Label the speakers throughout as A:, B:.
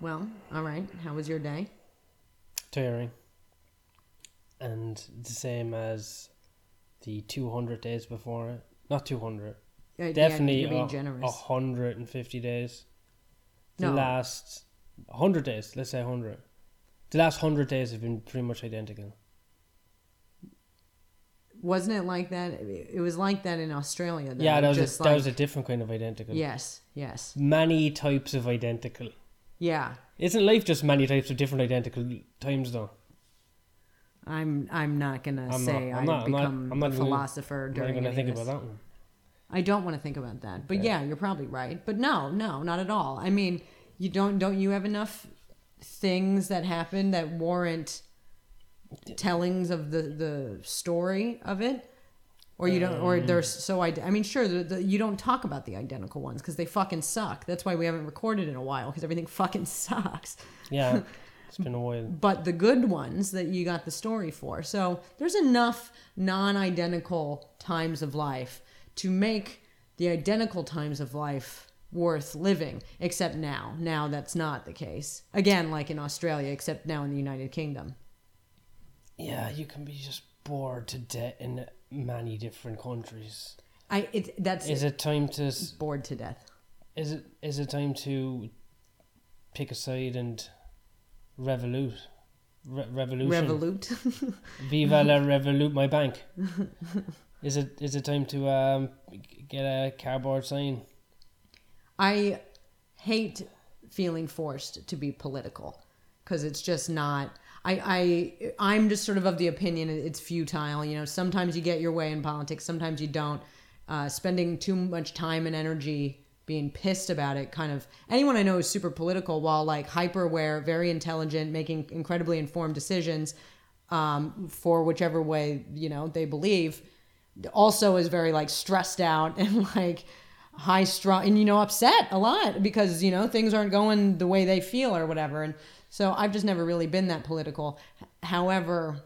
A: Well, all right. How was your day?
B: tiring. And the same as the 200 days before it. Not 200.
A: Uh, yeah,
B: Definitely uh,
A: you're being
B: a-
A: generous.
B: 150 days. The
A: No.
B: last 100 days, let's say 100. The last 100 days have been pretty much identical.
A: Wasn't it like that? It was like that in Australia. Though.
B: yeah, that was,
A: just
B: a,
A: like,
B: that was a different kind of identical.
A: yes, yes,
B: Many types of identical.
A: yeah.
B: Isn't life just many types of different identical times, though?
A: I'm I'm not gonna
B: I'm
A: say
B: not- I'm
A: I've
B: not- I'm not-
A: become
B: I'm not
A: a
B: even-
A: philosopher
B: I'm not
A: during any
B: even going
A: of
B: to think
A: this.
B: about that one.
A: I don't want to think about that. But
B: Okay.
A: yeah, you're probably right. But no, no, not at all. I mean, you don't don't you have enough things that happen that warrant tellings of the the story of it? Or you don't, or they're so. ide- I mean, sure, the, the, you don't talk about the identical ones because they fucking suck. That's why we haven't recorded in a while because everything fucking sucks.
B: Yeah, it's been a while.
A: But the good ones that you got the story for. So there's enough non identical times of life to make the identical times of life worth living, except now. Now that's not the case. Again, like in Australia, except now in the United Kingdom.
B: Yeah, you can be just bored to death in many different countries.
A: I it, That's
B: Is it time to s-
A: bored to death.
B: is it is it time to pick a side and revolute Re- revolution
A: Revolute.
B: viva la revolute my bank is it is it time to um g- get a cardboard sign
A: I hate feeling forced to be political because it's just not. I, I I'm just sort of of the opinion it's futile. You know, sometimes you get your way in politics, sometimes you don't. Uh, spending too much time and energy being pissed about it kind of anyone I know is super political while like hyper aware, very intelligent, making incredibly informed decisions um, for whichever way you know they believe. Also, is very like stressed out and like high strung and you know upset a lot because you know things aren't going the way they feel or whatever. And so I've just never really been that political. H- However,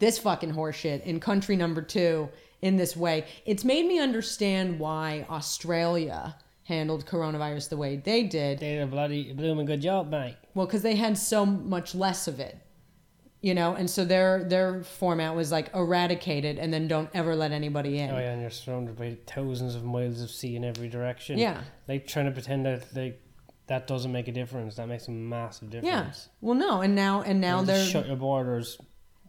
A: this fucking horseshit in country number two in this way. It's made me understand why Australia handled coronavirus the way they did.
B: they did a bloody blooming good job mate
A: Well, because they had so much less of it, you know, and so their their format was like eradicate it and then don't ever let anybody in.
B: oh yeah and you're surrounded by thousands of miles of sea in every direction
A: Yeah.
B: like trying to pretend that like that doesn't make a difference that makes a massive difference
A: Well, no, and now and now
B: Just
A: they're
B: shut your borders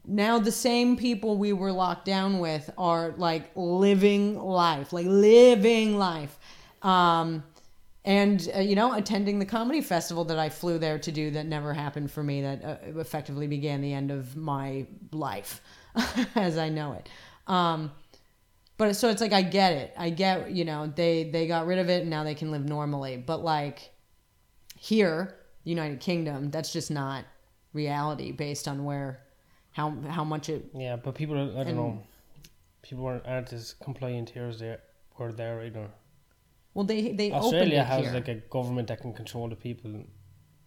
A: now the same people we were locked down with are like living life, like living life. Um, and uh, you know, attending the comedy festival that I flew there to do that never happened for me, that uh, effectively began the end of my life as I know it. Um, but so it's like I get it. I get you know they they got rid of it and now they can live normally. But like here, United Kingdom, that's just not reality based on where how how much it
B: Yeah, but people, are, I don't
A: And-
B: know, people aren't, aren't as compliant here as they were there either.
A: well they they opened
B: Australia
A: it
B: has
A: here.
B: like a government that can control the people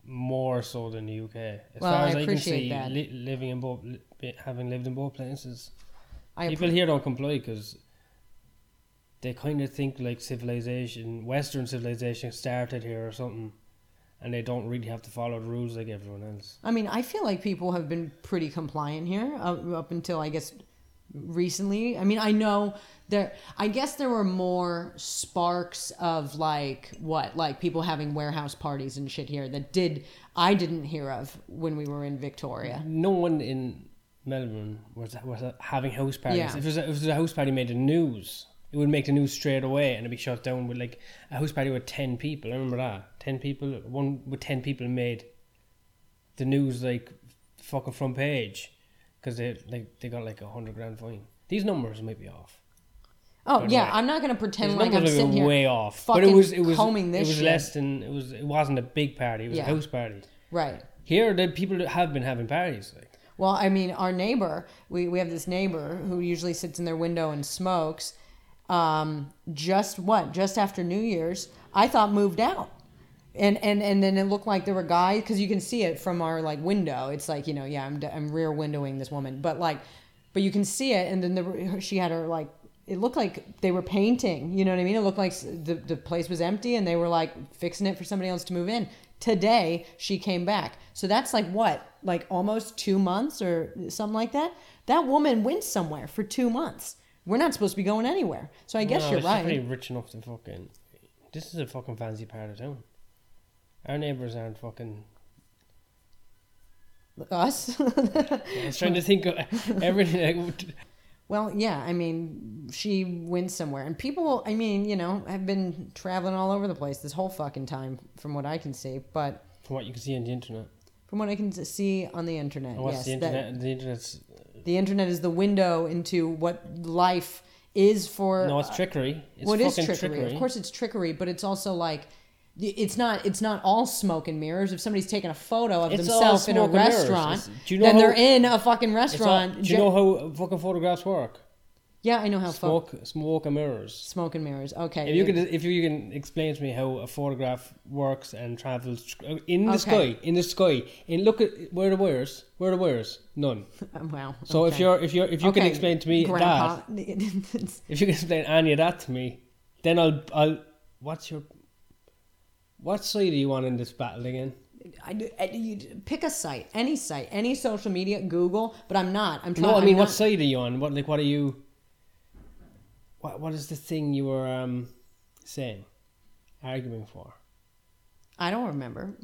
B: more so than the UK. As
A: Well,
B: far
A: I
B: as can
A: appreciate
B: see,
A: that.
B: li- living in both, li- be- having lived in both places,
A: I
B: people
A: appre-
B: here don't comply because they kind of think like civilization, Western civilization, started here or something, and they don't really have to follow the rules like everyone else.
A: I mean I feel like people have been pretty compliant here up, up until I guess recently. I mean I know there I guess there were more sparks of like what like people having warehouse parties and shit here that did I didn't hear of when we were in Victoria.
B: No one in Melbourne was was having house parties.
A: Yeah.
B: If there's a, if there's a house party made the news, it would make the news straight away, and it'd be shut down with like a house party with ten people. I remember that ten people, one with ten people made the news like fucking front page because they like they got like a hundred grand fine. These numbers might be off.
A: Oh
B: But
A: yeah,
B: like-
A: I'm not gonna pretend
B: These
A: like I'm
B: numbers are
A: sitting here
B: way off. But it
A: fucking
B: was it was
A: combing this
B: it was
A: shit.
B: less than it was. It wasn't a big party. It was
A: Yeah.
B: a house party.
A: right.
B: Here, the people that have been having parties. Like,
A: Well, I mean, our neighbor, we, we have this neighbor who usually sits in their window and smokes. Um, just what? Just after New Year's, I thought moved out. And, and and then it looked like there were guys because you can see it from our like window. It's like you know yeah I'm, I'm rear windowing this woman, but like, but you can see it. And then the, she had her like it looked like they were painting. You know what I mean? It looked like s- the the place was empty and they were like fixing it for somebody else to move in. Today she came back. So that's like what? Like almost 2 months or something like that. That woman went somewhere for 2 months. We're not supposed to be going anywhere. So I guess
B: No,
A: you're
B: she's
A: right.
B: Pretty rich enough to fucking. This is a fucking fancy part of town. Our neighbours aren't fucking.
A: Us?
B: I was trying to think of everything. Like,
A: Well, yeah, I mean, she went somewhere. And people, I mean, you know, have been traveling all over the place this whole fucking time, from what I can see. But
B: from what you can see on the internet.
A: from what I can see on the internet,
B: And
A: yes,
B: what's the
A: that-
B: internet? the internet's
A: the internet is the window into what life is for. uh,
B: no, it's trickery. It's
A: what is
B: fucking
A: trickery? Of course, it's trickery, but it's also like. It's not. It's not all smoke and mirrors. If somebody's taking a photo of
B: It's all
A: themselves in a
B: smoke and mirrors.
A: restaurant,
B: It's- do you know
A: then
B: how-
A: they're in a fucking
B: It's all-
A: restaurant.
B: do you know how uh, fucking photographs work?
A: yeah, I know how fuck
B: Smoke, smoke and mirrors.
A: smoke and mirrors. Okay,
B: If you can, if you can explain to me how a photograph works and travels tr- uh, in the
A: Okay.
B: sky, in the sky, and look at where are the wires, where are the wires, none.
A: Wow.
B: So if
A: okay.
B: you're, if you're, if you can
A: Okay,
B: explain to me that,
A: Grandpa.
B: if you can explain any of that to me, then I'll, I'll. What's your, what side are you on in this battle again?
A: I, do- I, do- you pick a site, any site, any social media, Google. But I'm not. I'm trying.
B: No, I mean,
A: I'm
B: what
A: not-
B: side are you on? What like, what are you? What what is the thing you were um saying, arguing for?
A: I don't remember.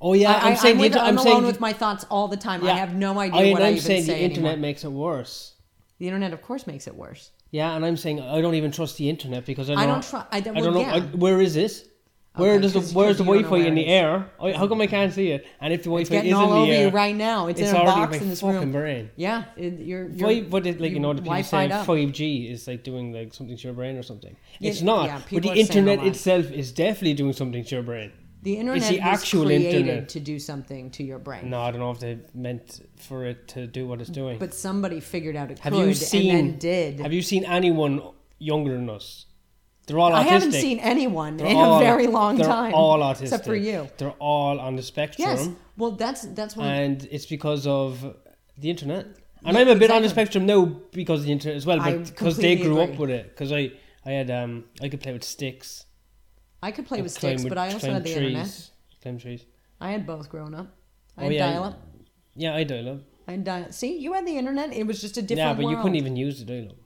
B: Oh yeah,
A: I,
B: I, am saying the
A: with,
B: inter-
A: I'm,
B: saying
A: alone
B: the-
A: with my thoughts all the time. I
B: Yeah.
A: have no idea
B: and
A: what
B: I'm
A: I even
B: saying
A: say
B: the internet
A: anymore.
B: makes it worse.
A: The internet, of course, makes it worse.
B: Yeah, and I'm saying I don't even trust the internet because I don't.
A: I don't try. I don't,
B: I don't know.
A: well, yeah.
B: I, where is this? Where
A: Okay,
B: does the,
A: 'cause-
B: where's
A: 'cause
B: the
A: you don't know
B: Wi-Fi
A: where
B: in
A: it
B: the
A: is.
B: air? I, how come I can't see it? And if the Wi-Fi is
A: Getting
B: in
A: all
B: the
A: over
B: air,
A: you right now. It's,
B: it's
A: in a
B: already
A: box
B: my
A: in this
B: fucking
A: room.
B: brain.
A: Yeah, it, you're, you're
B: Why, but it, like you know, the people
A: Wi-Fi'd
B: saying
A: up.
B: five G is like doing like something to your brain or something.
A: Yeah,
B: it's not.
A: yeah,
B: but
A: people
B: the
A: are saying a
B: internet
A: lot.
B: itself is definitely doing something to your brain.
A: The internet
B: the
A: was
B: actual
A: created
B: internet.
A: to do something to your brain.
B: No, I don't know if they meant for it to do what it's doing.
A: But somebody figured out it
B: have
A: could
B: you seen?
A: and then did.
B: Have you seen anyone younger than us? They're all autistic.
A: I haven't seen anyone
B: They're
A: in
B: all-
A: a very long
B: they're
A: time.
B: All autistic,
A: Except for you.
B: They're all on the spectrum,
A: Yes. Well, that's that's why.
B: and it's because of the internet. And
A: Mm. Yeah,
B: I'm a bit
A: exactly.
B: on the spectrum now because of the internet as well,
A: I
B: but because they
A: completely
B: grew up
A: agree.
B: with it. Because I, I had um, I could play with sticks.
A: I could play
B: I
A: with
B: climb
A: sticks, but I also
B: climb
A: had the
B: trees,
A: internet.
B: Climb trees.
A: I had both grown up. I
B: Oh,
A: had
B: yeah.
A: dial up.
B: Yeah, I dial up.
A: I had dial. uh, See, you had the internet. It was just a different.
B: Yeah, but you
A: world.
B: couldn't even use the dial up.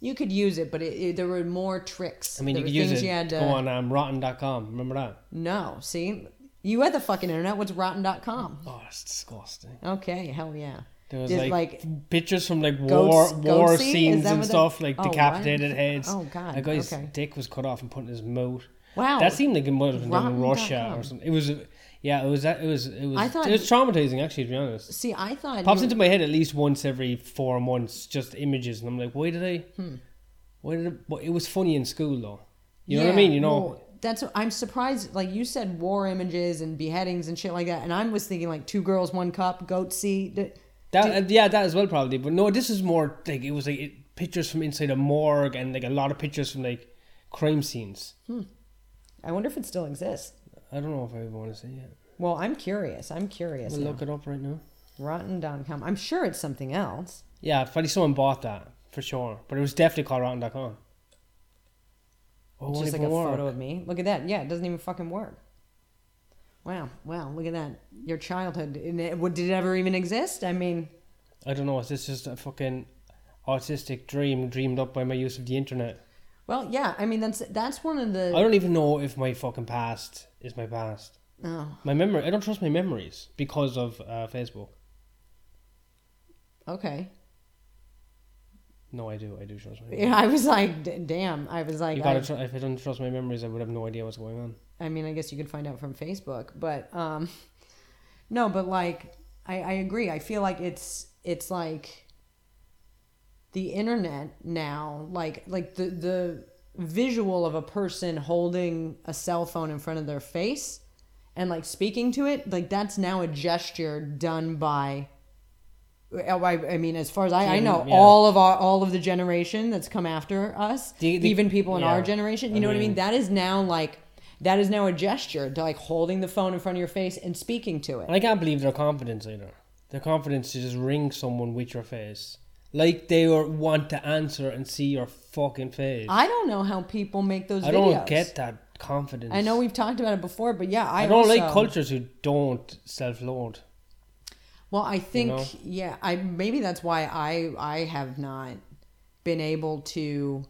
A: You could use it, but it, it- there were more tricks.
B: I mean,
A: there
B: you could
A: were
B: use
A: things
B: it.
A: You had to,
B: Go on um, rotten.com. Remember that?
A: No, see, you had the fucking internet. What's rotten.com?
B: Oh, that's disgusting.
A: Okay, hell yeah.
B: There was
A: Did,
B: like,
A: like-
B: pictures from like
A: Goats-
B: war
A: goat
B: war
A: sea? Is
B: scenes
A: that
B: and
A: what they-
B: stuff, like
A: Oh, what?
B: decapitated heads.
A: Oh, God,
B: a guy's
A: okay.
B: dick was cut off and put in his mouth.
A: Wow.
B: That seemed like it might have been done
A: Rotten
B: in Russia
A: dot
B: or something. It was, yeah, it was that. It was it was.
A: I thought-
B: it was traumatizing, actually, to be honest.
A: see, I thought
B: Pops
A: you-
B: into my head at least once every four months, just images, and I'm like, why did I?
A: Hmm.
B: Why did? I, but it was funny in school though. You know what I
A: Yeah,
B: mean? You know.
A: well, that's what- I'm surprised. Like you said, war images and beheadings and shit like that, and I was thinking like two girls, one cup, goat seat. d-
B: That uh, yeah, that as well probably. But no, this is more like it was like it, pictures from inside a morgue and like a lot of pictures from like crime scenes.
A: I wonder if it still exists.
B: I don't know if I even want to see it.
A: Well, I'm curious. I'm curious.
B: We'll
A: now.
B: look it up right now.
A: Rotten.com. I'm sure it's something else.
B: Yeah, probably someone bought that for sure, but it was definitely called Rotten.com. Oh,
A: It's
B: won't
A: just like a
B: even work.
A: photo of me. Look at that. Yeah, it doesn't even fucking work. Wow. Wow. Look at that. Your childhood. and it- what- Did it ever even exist? I mean,
B: I don't know. Is this just a fucking autistic dream dreamed up by my use of the internet?
A: well, yeah. I mean, that's that's one of
B: I
A: the.
B: don't even know if my fucking past is my past.
A: Oh,
B: My memory. I don't trust my memories because of uh, Facebook.
A: okay.
B: No, I do. I do trust Oh my. Memories.
A: Yeah, I was like, d- damn. I was like,
B: You
A: I,
B: gotta tr- if I don't trust my memories, I would have no idea what's going on.
A: I mean, I guess you could find out from Facebook, but um, no, but like, I, I agree. I feel like it's it's like the internet now, like like the the visual of a person holding a cell phone in front of their face and like speaking to it, like that's now a gesture done by. oh, I, I mean, as far as I, I know,
B: Yeah.
A: all of our all of the generation that's come after us,
B: The- the-
A: even people in our
B: yeah.
A: generation, you
B: I
A: know what I mean?
B: mean-
A: That is now like that is now a gesture to like holding the phone in front of your face and speaking to it.
B: And I can't believe their confidence either. Their confidence to just ring someone with your face, like they were, want to answer and see your fucking face. I,
A: I don't know how people make those videos.
B: don't get that confidence.
A: I know we've talked about it before, but yeah, I,
B: I don't like
A: also-
B: cultures who don't self load.
A: Well, I think
B: know?
A: yeah, I maybe that's why I I have not been able to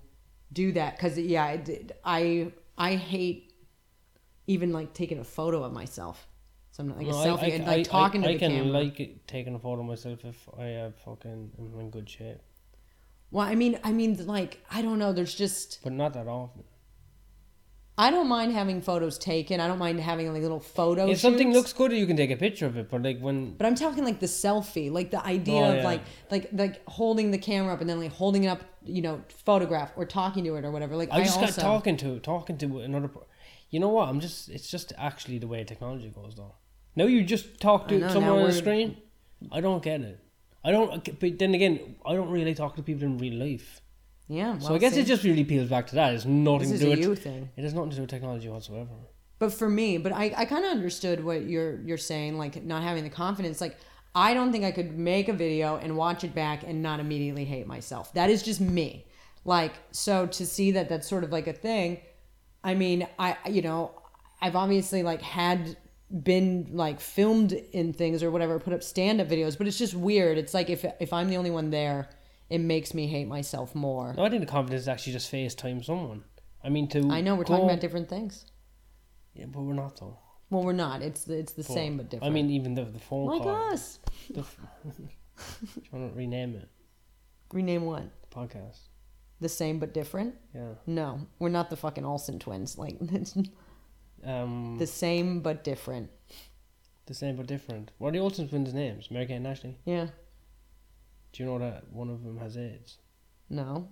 A: do that cuz yeah, I did- I I hate even like taking a photo of myself. So I'm not like a selfie and like talking
B: I,
A: to the
B: can
A: camera.
B: like it- taking a photo of myself if I have fucking am in good shape,
A: well, I mean, I mean like I don't know, there's just
B: but not that often.
A: I don't mind having photos taken. I don't mind having like little photos.
B: if something looks good, you can take a picture of it. But like when
A: But I'm talking like the selfie, like the idea
B: Oh,
A: of
B: yeah.
A: like like like holding the camera up and then like holding it up, you know, photograph or talking to it or whatever. Like I,
B: I just got
A: also,
B: talking to talking to another, per- you know what? I'm just it's just actually the way technology goes though. Now you just talk
A: I
B: to
A: know, now
B: someone on the
A: we're-
B: screen. I don't get it. I don't. But then again, I don't really talk to people in real life.
A: Yeah.
B: So
A: well,
B: I guess
A: see,
B: it just really peels back to that. It's nothing
A: this is
B: to do
A: a
B: with
A: you thing.
B: It has nothing to do with technology whatsoever.
A: But for me, but I I kind of understood what you're you're saying, like not having the confidence, like. I don't think I could make a video and watch it back and not immediately hate myself. That is just me. Like so to see that that's sort of like a thing. I mean, I you know, I've obviously like had been like filmed in things or whatever, put up stand up videos, but it's just weird. It's like if if I'm the only one there, it makes me hate myself more.
B: No, I think the confidence is actually just FaceTime someone. I mean, to
A: I know we're
B: go-
A: talking about different things.
B: yeah, but we're not though.
A: Well, we're not. It's the, it's the
B: Phone.
A: same but different.
B: I mean, even the the phone
A: like
B: call.
A: us.
B: The f- Do you want to rename it?
A: Rename one.
B: Podcast.
A: The same but different.
B: Yeah.
A: No, we're not the fucking Olsen twins. Like it's
B: Um,
A: the same but different.
B: the same but different. What are the Olsen twins' names? Mary Kate and Ashley.
A: Yeah.
B: Do you know that one of them has AIDS?
A: No.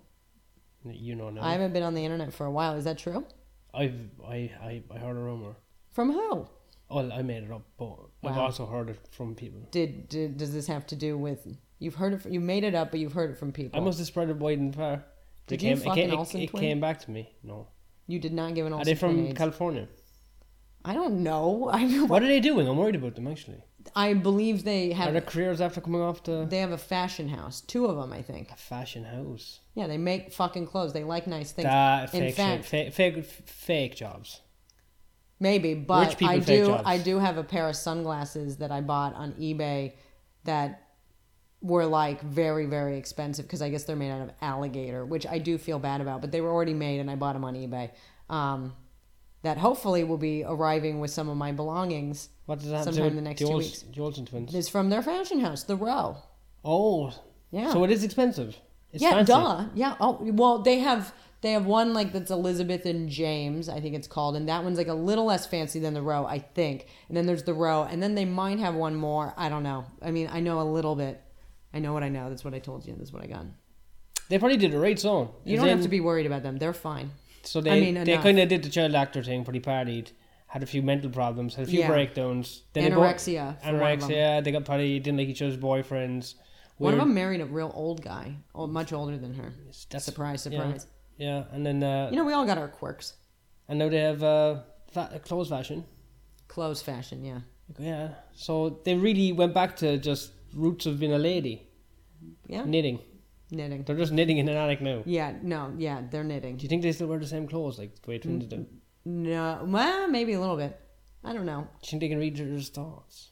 B: N- You know now.
A: I haven't been on the internet for a while. Is that true?
B: I've I, I I heard a rumor.
A: From who?
B: Well, I made it up, but I've
A: Wow.
B: also heard it from people.
A: Did, did does this have to do with you've heard it? fr- You made it up, but you've heard it from people.
B: I must have spread it wide and far.
A: Did you
B: it
A: fuck
B: came,
A: an
B: it-
A: Olsen
B: it
A: twin?
B: came back to me. No.
A: you did not give an
B: Are
A: Olsen
B: they from
A: twin AIDS.
B: California?
A: I don't know. I
B: What are they doing? I'm worried about them actually.
A: I believe they
B: Are their
A: have
B: careers after coming off the
A: they have a fashion house. Two of them, I think.
B: a fashion house?
A: Yeah, they make fucking clothes. They like nice things.
B: That
A: In
B: fake,
A: fact-
B: shit, fake, fake, fake jobs.
A: Maybe, but
B: people
A: I
B: fake
A: do
B: jobs.
A: I do have a pair of sunglasses that I bought on eBay that were like very very expensive because I guess they're made out of alligator, which I do feel bad about, but they were already made and I bought them on eBay. Um, that hopefully will be arriving with some of my belongings.
B: What does that have to do
A: Sometime
B: with
A: in the next
B: the
A: two
B: Olsen,
A: weeks.
B: the Olsen twins?
A: It's from their fashion house, The Row.
B: oh,
A: Yeah.
B: so it is expensive. It's
A: yeah,
B: fancy.
A: duh. Yeah. Oh, well, they have they have one like that's Elizabeth and James, I think it's called, and that one's like a little less fancy than the row, I think. And then there's the row, and then they might have one more. I don't know. I mean, I know a little bit. I know what I know. That's what I told you. That's what I got.
B: They probably did a right song.
A: You don't have to be worried about them. They're fine.
B: So they
A: I mean,
B: they
A: enough.
B: kind of did the child actor thing, pretty partied, had a few mental problems, had a few
A: Yeah.
B: breakdowns. they go-
A: Anorexia. for One, of them.
B: anorexia. They got party, didn't like each other's boyfriends.
A: One of
B: Weird-
A: them married a real old guy, oh, much older than her.
B: That's
A: Surprise,
B: yeah.
A: surprise.
B: Yeah, and then uh,
A: You know, we all got our quirks.
B: and now they have uh, fa- clothes fashion.
A: Clothes fashion, yeah.
B: Yeah. So they really went back to just roots of being a lady.
A: Yeah.
B: Knitting.
A: Knitting.
B: They're just knitting in an attic now. Do
A: Yeah, no, yeah, they're knitting.
B: you think they still wear the same clothes like the way twins
A: Mm-hmm.
B: do? Do you
A: No, well, maybe a little bit. I don't know.
B: think they can read each other's thoughts?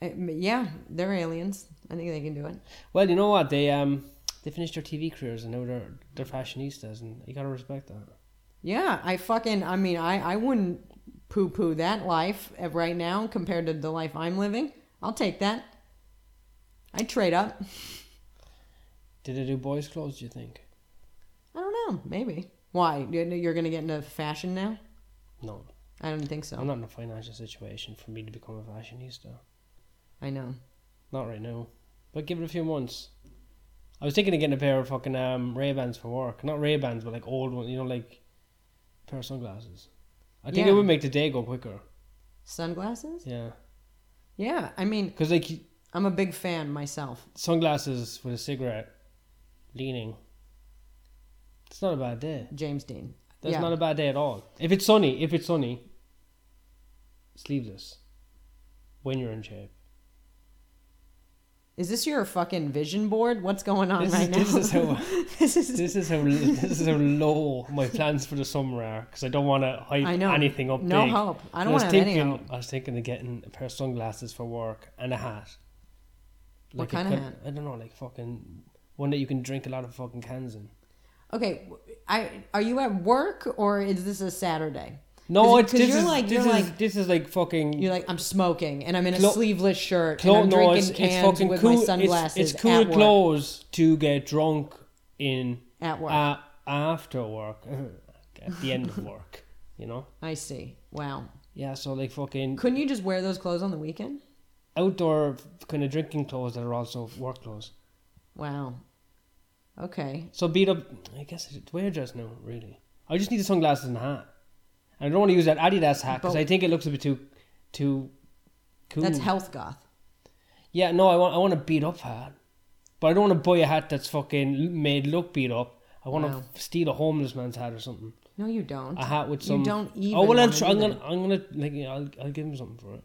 A: I- Eh, m- yeah, they're aliens. I think they can do it.
B: Well, you know what? They um they finished their TV careers and now they're they're fashionistas and you gotta respect that.
A: Yeah, I fucking. I mean, I I wouldn't poo poo that life at- right now compared to the life I'm living. I'll take that. I trade up.
B: Did they do boys' clothes? Do you think?
A: I don't know. Maybe. Why? You- You're gonna get into fashion now?
B: No,
A: I don't think so.
B: I'm not in a financial situation for me to become a fashionista.
A: I know.
B: Not right now, but give it a few months. I was thinking of getting a pair of fucking um, Ray Bans for work. Not Ray Bans, but like old ones. You know, like a pair of sunglasses. I think
A: Yeah.
B: it would make the day go quicker.
A: Sunglasses?
B: Yeah,
A: Yeah. I mean,
B: because like
A: I'm a big fan myself.
B: sunglasses with a cigarette, leaning. It's not a bad day.
A: James Dean.
B: That's
A: yeah.
B: not a bad day at all. If it's sunny, if it's sunny, sleeveless. When you're in shape.
A: Is this your fucking vision board? What's going on
B: This,
A: right now?
B: is, this is how
A: this is
B: this is how this is how low my plans for the summer are because I don't want to hype
A: I know.
B: anything up.
A: No
B: big.
A: hope. I
B: And
A: don't
B: was
A: want to have
B: thinking,
A: any hope.
B: I was thinking of getting a pair of sunglasses for work and a hat.
A: What
B: a
A: kind of
B: cut-
A: hat?
B: I don't know, like fucking one that you can drink a lot of fucking cans in.
A: Okay, w- I are you at work or is this a Saturday?
B: No,
A: 'Cause-
B: it's
A: 'cause
B: this
A: you're
B: is
A: like-
B: this
A: you're
B: is
A: like-
B: this is like fucking.
A: You're like I'm smoking and I'm in a
B: Clo-
A: sleeveless shirt
B: clo-
A: and I'm
B: no,
A: drinking
B: it's, it's
A: cans
B: fucking
A: with
B: cool.
A: my sunglasses
B: It's, it's cool
A: at work.
B: clothes to get drunk in
A: At work.
B: a- after work, at the end of work. You know.
A: I see. Wow.
B: Yeah, so like fucking
A: Couldn't you just wear those clothes on the weekend?
B: outdoor kind of drinking clothes that are also work clothes.
A: Wow. Okay.
B: So beat up. I guess it's wear dress now. Really, I just need the sunglasses and a hat. And I don't want to use that Adidas hat because
A: But-
B: I think it looks a bit too, too cool.
A: That's health goth.
B: yeah, no, I want I want a beat up hat, but I don't want to buy a hat that's fucking l- made look beat up. I want
A: Wow.
B: to steal a homeless man's hat or something.
A: No, you don't.
B: A hat with some.
A: you don't even.
B: oh well, I'll
A: wanna
B: try,
A: do
B: I'm
A: that.
B: gonna I'm gonna like I'll I'll give him something for it.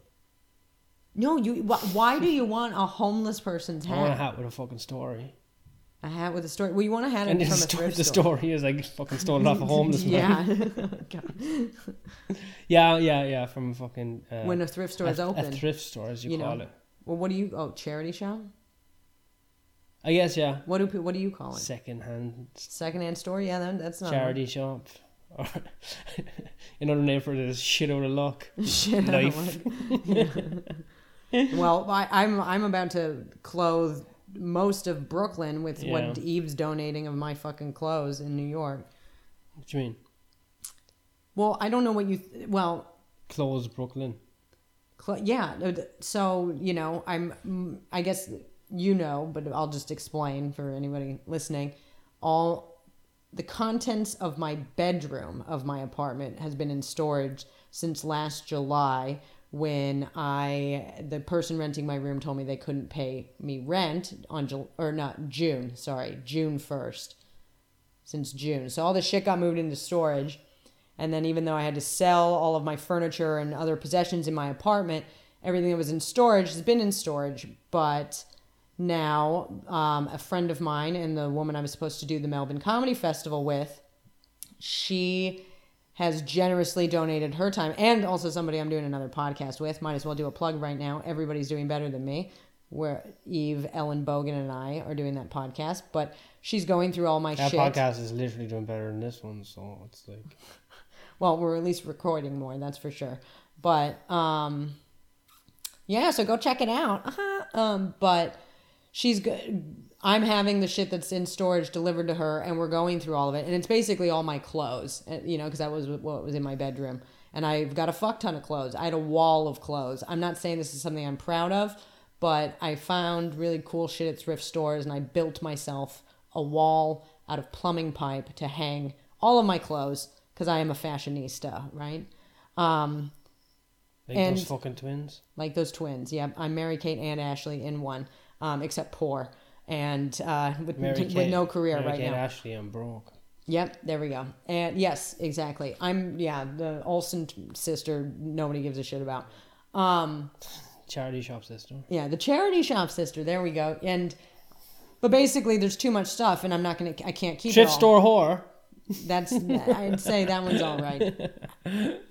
A: No, you. wh- Why do you want a homeless person's
B: I want a
A: hat?
B: hat with a fucking story.
A: A hat with a story. Well, you want a hat
B: And
A: from
B: the,
A: a
B: sto-
A: thrift
B: the
A: store.
B: story is I fucking stole it off a homeless man.
A: Yeah.
B: Yeah, yeah, yeah. From fucking uh,
A: when a thrift store
B: a-
A: is open.
B: a thrift store, as you,
A: you
B: call
A: know.
B: it.
A: well, what do you? Oh, charity shop.
B: I guess yeah.
A: What do pe- what do you call it?
B: Secondhand
A: Secondhand store. Yeah, that, that's not
B: charity shop. Or another name for it is shit out of luck.
A: Shit, I don't like-
B: Knife.
A: Yeah. well, I, I'm I'm about to clothe most of Brooklyn with what
B: Yeah.
A: Eve's donating of my fucking clothes in New York.
B: What do you mean?
A: Well, I don't know what you. Th- well,
B: Close Brooklyn.
A: Cl- yeah. no, th- So you know, I'm. mm, I guess you know, but I'll just explain for anybody listening. All the contents of my bedroom of my apartment has been in storage since last July when I the person renting my room told me they couldn't pay me rent on Jul- or not June, sorry, June 1st since June. So all this shit got moved into storage. And then even though I had to sell all of my furniture and other possessions in my apartment, everything that was in storage has been in storage. But now um, a friend of mine and the woman I was supposed to do the Melbourne Comedy Festival with, she has generously donated her time and also somebody I'm doing another podcast with. Might as well do a plug right now. Everybody's doing better than me. Where Eve, Ellen Bogan, and I are doing that podcast, but she's going through all my
B: That
A: shit.
B: podcast is literally doing better than this one, so it's like
A: Well, we're at least recording more, that's for sure. But um, yeah, so go check it out. Uh-huh. Um, but she's go- I'm having the shit that's in storage delivered to her, and we're going through all of it, and it's basically all my clothes, uh, you know, because that was what was in my bedroom, and I've got a fuck ton of clothes. I had a wall of clothes. I'm not saying this is something I'm proud of, but I found really cool shit at thrift stores, and I built myself a wall out of plumbing pipe to hang all of my clothes because I am a fashionista, right? Um,
B: like
A: And-
B: those fucking twins.
A: like those twins. Yeah, I'm Mary Kate and Ashley in one, um, except poor and uh, with,
B: Mary
A: with
B: Kate-
A: no career
B: Mary
A: right
B: Kate
A: now.
B: Ashley, I'm broke.
A: Yep, there we go. And yes, exactly. I'm yeah, the Olsen t- sister. Nobody gives a shit about. Um,
B: Charity shop system.
A: yeah, the charity shop sister. There we go. And but basically, there's too much stuff, and I'm not gonna. I can't keep it
B: Thrift
A: all.
B: store whore.
A: That's I'd say that one's all right.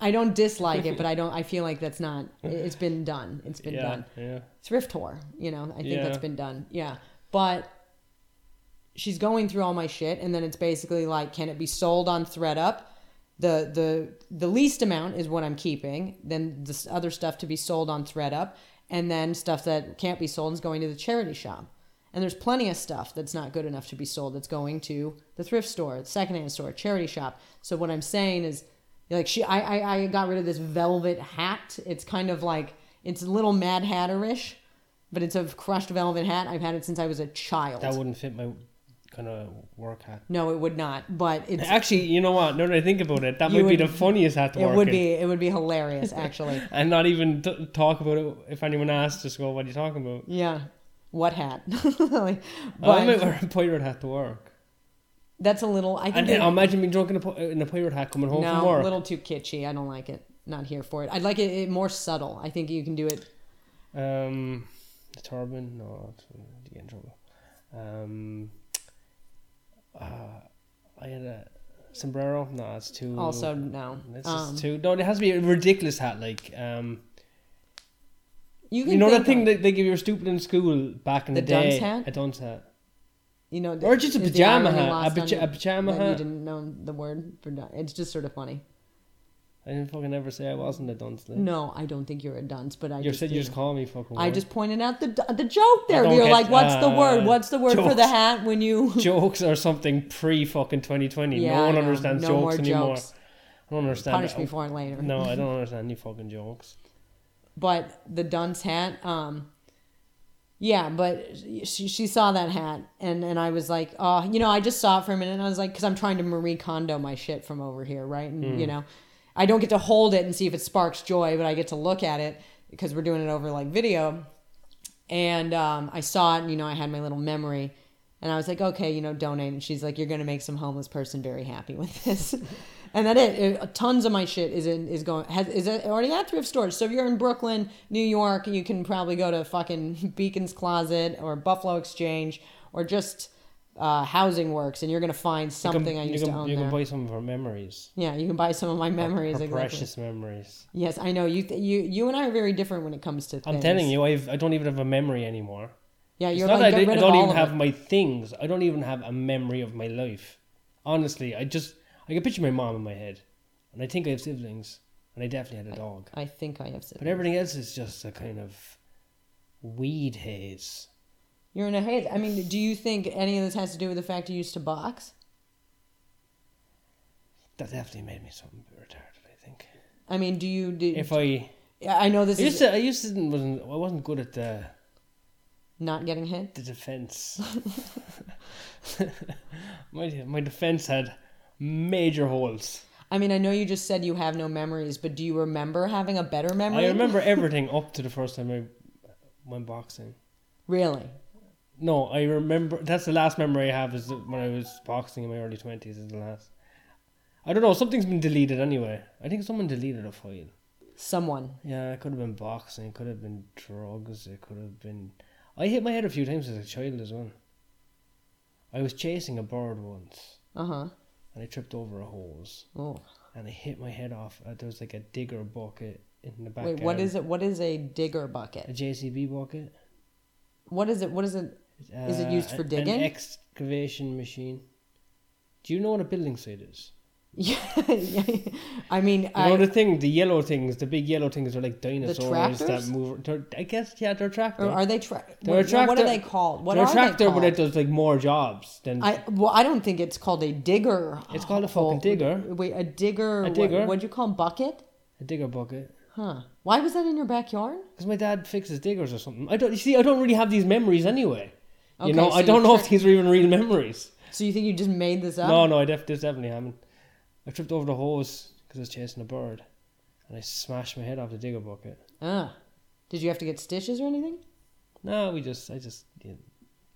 A: I don't dislike it, but I don't. I feel like that's not. It's been done. It's been
B: yeah,
A: done.
B: yeah.
A: thrift whore. You know, I think
B: Yeah.
A: that's been done. Yeah. But she's going through all my shit and then it's basically like can it be sold on ThreadUp? The the the least amount is what I'm keeping, then this other stuff to be sold on ThreadUp and then stuff that can't be sold is going to the charity shop. And there's plenty of stuff that's not good enough to be sold that's going to the thrift store, the secondhand store, charity shop. So what I'm saying is like she I, I, I got rid of this velvet hat. It's kind of like it's a little mad hatterish, but it's a crushed velvet hat. I've had it since I was a child.
B: That wouldn't fit my kind of work hat.
A: No, it would not. But it's
B: Actually, you know what? Now that I think about it, that
A: You
B: might be
A: would-
B: the funniest hat to
A: it
B: work
A: would
B: in.
A: be it would be hilarious actually.
B: and not even t- talk about it if anyone asks. Just go, what are you talking about?
A: yeah. What hat? Like,
B: I
A: but
B: might wear a pirate hat to work.
A: that's a little. I think
B: And
A: it-
B: then imagine being drunk in a, pi- in a pirate hat coming home from
A: no, a
B: work.
A: little too kitschy. I don't like it. Not here for it. I'd like it, it more subtle. I think you can do it.
B: Um, The turban, no, that's when you get in trouble. Um, uh, I had a sombrero. No, that's too.
A: Also, no.
B: This
A: Um,
B: is too. No, it has to be a ridiculous hat. Like, um,
A: you
B: you,
A: can
B: know
A: think
B: that thing
A: of-
B: that they give you stupid in school back in the,
A: The dunce
B: day.
A: hat?
B: A dunce hat,
A: you know,
B: or just a
A: is the
B: pajama
A: irony
B: hat.
A: lost
B: A,
A: on
B: paja-
A: you
B: a pajama
A: that You
B: hat.
A: didn't know the word for dun- It's just sort of funny.
B: I didn't fucking ever say I wasn't a dunce. Like.
A: No, I don't think you're a dunce, but I
B: you
A: just
B: said you
A: did.
B: just call me fucking.
A: I
B: word.
A: just pointed out the the joke there.
B: don't
A: You're
B: get,
A: like, what's the
B: uh,
A: word? What's the word for the
B: jokes.
A: hat when you?
B: jokes or something pre fucking twenty twenty. no
A: I
B: one
A: know.
B: understands
A: No
B: jokes
A: more
B: anymore.
A: jokes.
B: I don't understand.
A: Punish
B: it.
A: me for it later.
B: No, I don't understand any fucking jokes.
A: but the dunce hat um yeah but she, she saw that hat and and i was like oh you know i just saw it for a minute and i was like because i'm trying to marie kondo my shit from over here right and
B: Mm.
A: you know i don't get to hold it and see if it sparks joy but i get to look at it because we're doing it over like video and um, I saw it, and you know, I had my little memory, and I was like, okay, you know, donate. And she's like, you're gonna make some homeless person very happy with this, and that it, it. Tons of my shit is in is going has is it already at thrift stores. So if you're in Brooklyn, New York, you can probably go to fucking Beacon's Closet or Buffalo Exchange or just uh, Housing Works, and you're gonna find
B: You can-
A: something I
B: you
A: used
B: can,
A: to own
B: you
A: there.
B: can buy some of her memories.
A: yeah, you can buy some of my
B: Her-
A: memories.
B: her
A: exactly.
B: precious memories.
A: Yes, I know you. Th- you you and I are very different when it comes to.
B: I'm
A: things.
B: telling you, I've, I don't even have a memory anymore.
A: Yeah,
B: It's
A: you're
B: not
A: like
B: that I,
A: get
B: di- I
A: rid of
B: don't
A: all
B: even
A: of
B: have
A: it.
B: my things. I don't even have a memory of my life. Honestly, I just I can picture my mom in my head, and I think I have siblings, and I definitely had a dog.
A: I think I have said.
B: But everything else is just a kind of weed haze.
A: You're in a haze. I mean, do you think any of this has to do with the fact you used to box?
B: That definitely made me something a bit retarded. I think
A: I mean, do you do?
B: if I,
A: I know this
B: I used
A: is
B: to, I used to wasn't I wasn't good at the
A: not getting hit.
B: the defense. my my defense had major holes.
A: I mean, I know you just said you have no memories, but do you remember having a better memory?
B: I remember everything up to the first time I went boxing.
A: Really?
B: No, I remember. That's the last memory I have is that when I was boxing in my early twenties. Is the last. I don't know. Something's been deleted anyway. I think someone deleted a file.
A: Someone.
B: Yeah, it could have been boxing. It could have been drugs. It could have been. I hit my head a few times as a child as well. I was chasing a bird once,
A: Uh huh.
B: and I tripped over a hose,
A: Oh.
B: and I hit my head off. Uh, there was like a digger bucket in the back.
A: Wait, what
B: alley.
A: is it? What is a digger
B: A
A: bucket?
B: JCB bucket.
A: What is it? What is it? Is it used
B: Uh,
A: for
B: an-
A: digging?
B: An excavation machine. Do you know what a building site is?
A: Yeah. I mean,
B: You know
A: I,
B: the thing, the yellow things, the big yellow things are like dinosaurs that
A: tractors?
B: move. they're- I guess yeah, they're tractors.
A: or are they tra- Wait, no,
B: They're
A: What
B: attractor-
A: are they called? What
B: they're
A: are
B: a tractor,
A: they called?
B: but it does like more jobs than
A: I well, I don't think it's called a digger.
B: It's called a
A: hole.
B: fucking digger.
A: Wait, a digger.
B: A
A: what-
B: digger.
A: What'd you call 'em, bucket?
B: a digger bucket.
A: Huh? Why was that in your backyard?
B: Because my dad fixes diggers or something. I don't. You see, I don't really have these memories anyway. You
A: Okay,
B: know,
A: so
B: I
A: you
B: don't know if
A: tricked-
B: these are even real memories.
A: So you think you just made this up?
B: No, no, I def- this definitely happened. I tripped over the hose because I was chasing a bird, and I smashed my head off the digger bucket.
A: Ah. Did you have to get stitches or anything?
B: No, we just, I just, yeah.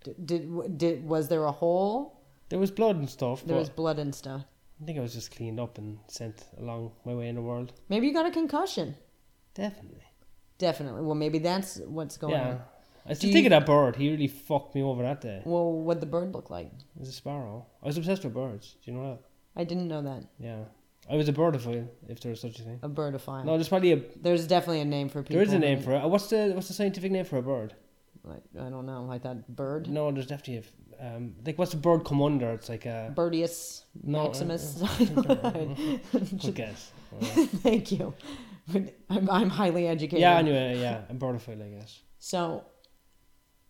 A: Did, did w- did was there a hole?
B: there was blood and stuff.
A: There
B: but
A: was blood and stuff.
B: I think I was just cleaned up and sent along my way in the world.
A: Maybe you got a concussion.
B: Definitely.
A: Definitely. Well, maybe that's what's going
B: yeah.
A: on.
B: I still
A: you-
B: think of that bird. He really fucked me over that day.
A: Well, what the bird look like?
B: It was a sparrow. I was obsessed with birds. Do you know that?
A: I didn't know that.
B: Yeah. I was a birdophile, if there was such a thing.
A: A birdophile.
B: No, there's probably a
A: There's definitely a name for people.
B: there is a name for it. Uh, What's the what's the scientific name for a bird?
A: it. I, I don't know. Like that bird.
B: No, there's definitely a f- um like what's a bird come under? It's like a
A: Birdius
B: no, uh, I-
A: maximus.
B: I- Good guess.
A: Thank you. I'm, I'm highly educated.
B: yeah, anyway, yeah, a birdophile, I guess.
A: So,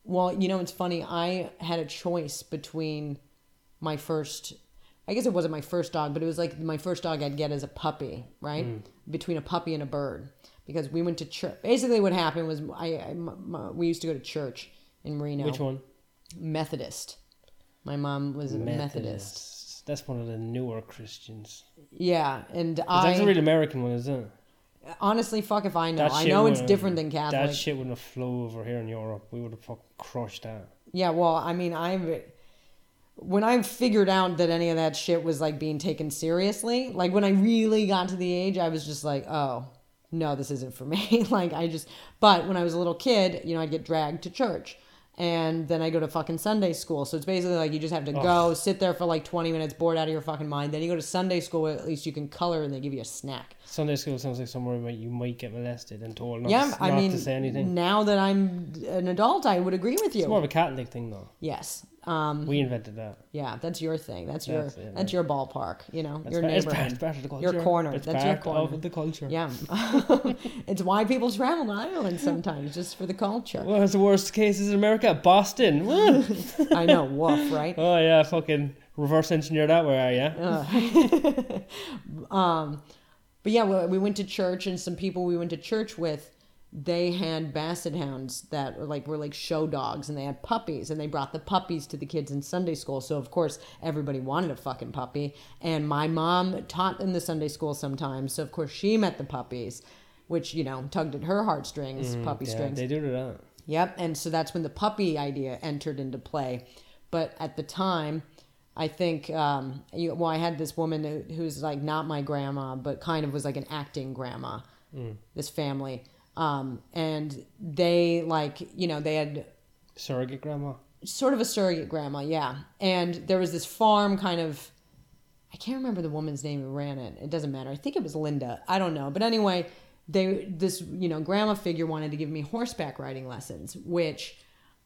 A: well, you know, it's funny. I had a choice between my first, I guess it wasn't my first dog, but it was like my first dog I'd get as a puppy, right?
B: Mm.
A: Between a puppy and a bird. Because we went to church. Basically, what happened was I, I- m- m- we used to go to church in Reno.
B: Which one?
A: Methodist. My mom was a Methodist.
B: That's one of the newer Christians.
A: Yeah, and
B: 'Cause
A: I
B: That's a real American one, isn't it?
A: honestly, fuck if I know.
B: That
A: I
B: shit
A: know it's
B: wouldn't-
A: different than Catholic.
B: That shit wouldn't have flew over here in Europe. We would have fucking crushed that.
A: Yeah, well, I mean, I've when I figured out that any of that shit was like being taken seriously, like when I really got to the age, I was just like, oh, no, this isn't for me. like I just, but when I was a little kid, you know, I'd get dragged to church and then I go to fucking Sunday school. So it's basically like you just have to go sit there for like 20 minutes, bored out of your fucking mind. Then you go to Sunday school where at least you can color and they give you a snack.
B: Sunday school sounds like somewhere where you might get molested and told not,
A: yeah,
B: to,
A: I
B: not
A: mean,
B: to say anything.
A: now that I'm an adult, I would agree with
B: It's more
A: you.
B: of a Catholic thing, though.
A: Yes. Um,
B: We invented that.
A: yeah, that's your thing. That's your
B: That's it,
A: that's your ballpark. You know,
B: That's
A: your
B: part, it's part,
A: neighborhood.
B: it's part of the culture.
A: Your corner.
B: It's
A: That's your
B: part
A: corner.
B: of the culture.
A: Yeah, it's why people travel to Ireland sometimes, just for the culture.
B: Well, that's the worst cases in America. Boston. Woo.
A: I know, woof, right?
B: oh yeah, fucking reverse engineer that way, are
A: Oh,
B: you?
A: Ugh. um, but yeah, we, we went to church, and some people we went to church with, they had basset hounds that were like were like show dogs, and they had puppies, and they brought the puppies to the kids in Sunday school. So of course, everybody wanted a fucking puppy, and my mom taught in the Sunday school sometimes. So of course, she met the puppies. Which you know tugged at her heartstrings, puppy
B: Yeah,
A: strings.
B: they do do that.
A: Yep. And so that's when the puppy idea entered into play. But at the time, I think, um, you, well, I had this woman who- who's like not my grandma, but kind of was like an acting grandma, this family. Um, and they like, you know, they had
B: Surrogate grandma.
A: sort of a surrogate grandma, yeah. And there was this farm kind of I can't remember the woman's name who ran it. It doesn't matter. I think it was Linda. I don't know. But anyway, they this, you know, grandma figure wanted to give me horseback riding lessons, which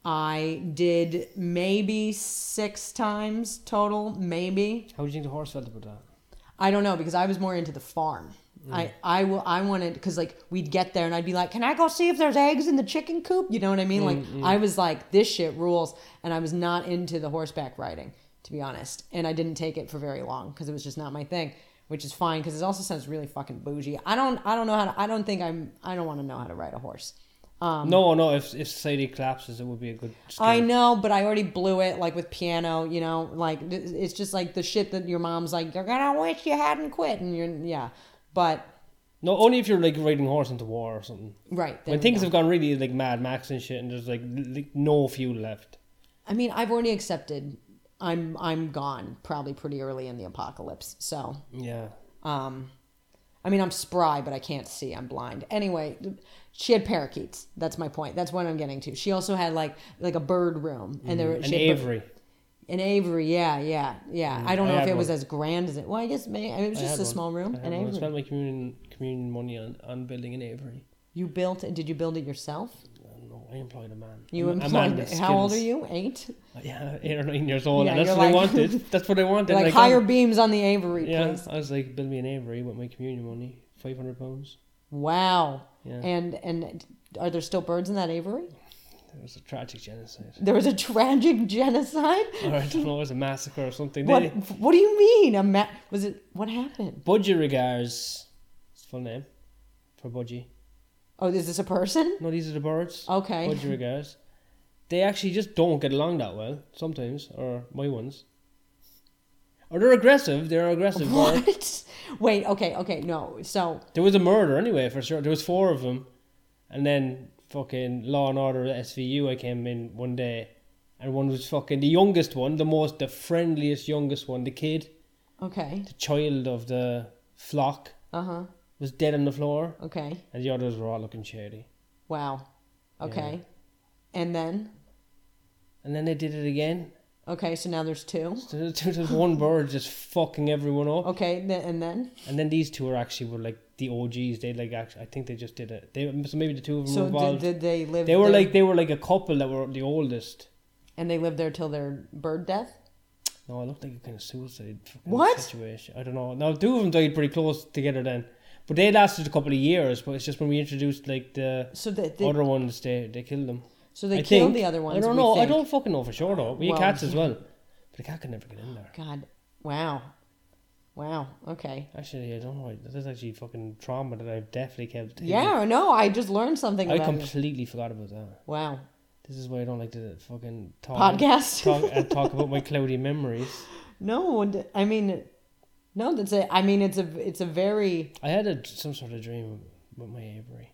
A: I did maybe 6 times total, maybe.
B: How do you think the horse felt about that?
A: I don't know because I was more into the farm. I I will I wanted because like we'd get there and I'd be like, can I go see if there's eggs in the chicken coop? You know what I mean? Like I was like, this shit rules, and I was not into the horseback riding to be honest, and I didn't take it for very long because it was just not my thing, which is fine because it also sounds really fucking bougie. I don't I don't know how to I don't think I'm I don't want to know how to ride a horse.
B: no, no. If if society collapses, it would be a good. Skill.
A: Um, I know, but I already blew it like with piano, you know, like it's just like the shit that your mom's like, you're gonna wish you hadn't quit, and you're yeah, but.
B: No, only if you're like riding horse into war or something.
A: Right. there
B: when
A: we
B: things
A: go.
B: have gone really like Mad Max and shit, and there's like, l- like no fuel left.
A: I mean, I've already accepted I'm I'm gone probably pretty early in the apocalypse. So,
B: Yeah.
A: um I mean, I'm spry, but I can't see. I'm blind. Anyway, she had parakeets. That's my point. That's what I'm getting to. She also had like like a bird room, and there
B: And
A: she had bir-
B: Mm-hmm. Avery. Mm,
A: an aviary. Yeah, yeah, yeah. I don't
B: I
A: know if it
B: had
A: was
B: one.
A: as grand as it. Well, I guess may, I mean, it was
B: I
A: just
B: had
A: a
B: one.
A: small room.
B: I had
A: An
B: one. I
A: aviary.
B: spent my communion communion money on, on building an Avery.
A: You built it? Did you build it yourself?
B: I don't know. I employed a man.
A: You
B: A man
A: employed.
B: with
A: How old are
B: skills.
A: you? Eight.
B: Yeah, eight or nine years old,
A: Yeah,
B: and that's
A: you're
B: what I
A: like-
B: wanted. That's what I wanted.
A: You're like
B: and I got
A: higher
B: it.
A: beams on the aviary,
B: Yeah,
A: please.
B: I was like, build me an Avery with my communion money, five hundred pounds.
A: Wow.
B: Yeah.
A: And and are there still birds in that aviary?
B: It was a tragic genocide.
A: There was a tragic genocide.
B: or I don't know, it was a massacre or something.
A: What
B: They-
A: What do you mean? A ma- was it? What happened?
B: Budgie Regards, his full name for Budgie.
A: Oh, is this a person?
B: No, these are the birds.
A: Oh, Okay.
B: Budgie Regards. They actually just don't get along that well sometimes, or my ones. Or they're aggressive. They're aggressive. Or
A: What? Wait. Okay. Okay. No. So
B: there was a murder anyway for sure. There was four of them, and then fucking Law and Order SVU. I came in one day, and one was fucking the youngest one, the most, the friendliest youngest one, the kid,
A: okay.
B: the child of the flock,
A: Uh huh.
B: was dead on the floor,
A: Okay.
B: and the others were all looking shady.
A: Wow. Okay. And then
B: And then they did it again.
A: okay. So now there's two.
B: So there- There's one bird just fucking everyone up.
A: Okay. Th- and then
B: And then these two are actually were like the OGs. They like actually, I think they just did it. They so maybe the two of them were
A: so did,
B: involved.
A: did they live?
B: they were
A: there-
B: like they were like a couple that were the oldest.
A: and they lived there till their bird death.
B: No, I looked like a kind of suicide fucking
A: What?
B: situation. I don't know. Now two of them died pretty close together then, but they lasted a couple of years. But it's just when we introduced like the
A: So that they,
B: other ones, they they killed them.
A: so they
B: I
A: killed
B: think.
A: the other ones.
B: I don't
A: we
B: know. I
A: think.
B: don't fucking know for sure though. We
A: Well-
B: had cats as well, but a cat could never get in there.
A: God. Wow. Wow. Okay.
B: Actually, I don't know. That is actually fucking trauma that I've definitely kept. hidden.
A: Yeah, no, I just learned something
B: I
A: about you.
B: completely forgot about that.
A: Wow.
B: This is why I don't like to fucking talk.
A: Podcast?
B: talk, uh, talk about my cloudy memories.
A: No, d- I mean no, that's a I mean it's a it's a very
B: I had a, some sort of dream with my Avery,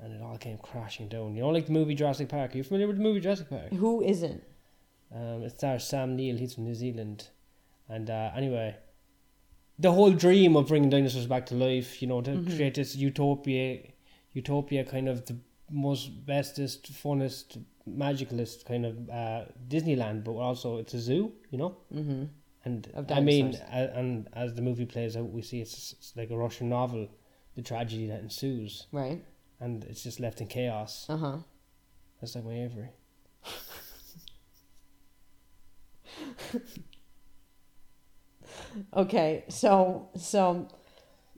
B: and it all came crashing down. You know, like the movie Jurassic Park. Are you familiar with the movie Jurassic Park?
A: who isn't?
B: Um, it stars Sam Neill. He's from New Zealand, and uh, anyway, the whole dream of bringing dinosaurs back to life, you know, to create this utopia, utopia kind of the most bestest, funnest, magicalist kind of uh, Disneyland, but also it's a zoo, you know.
A: Mm-hmm.
B: And
A: Of
B: I mean,
A: dinosaurs.
B: a, and as the movie plays out, we see it's, it's like a Russian novel, the tragedy that ensues,
A: Right.
B: and it's just left in chaos.
A: Uh huh.
B: That's like my Avery.
A: Okay. So so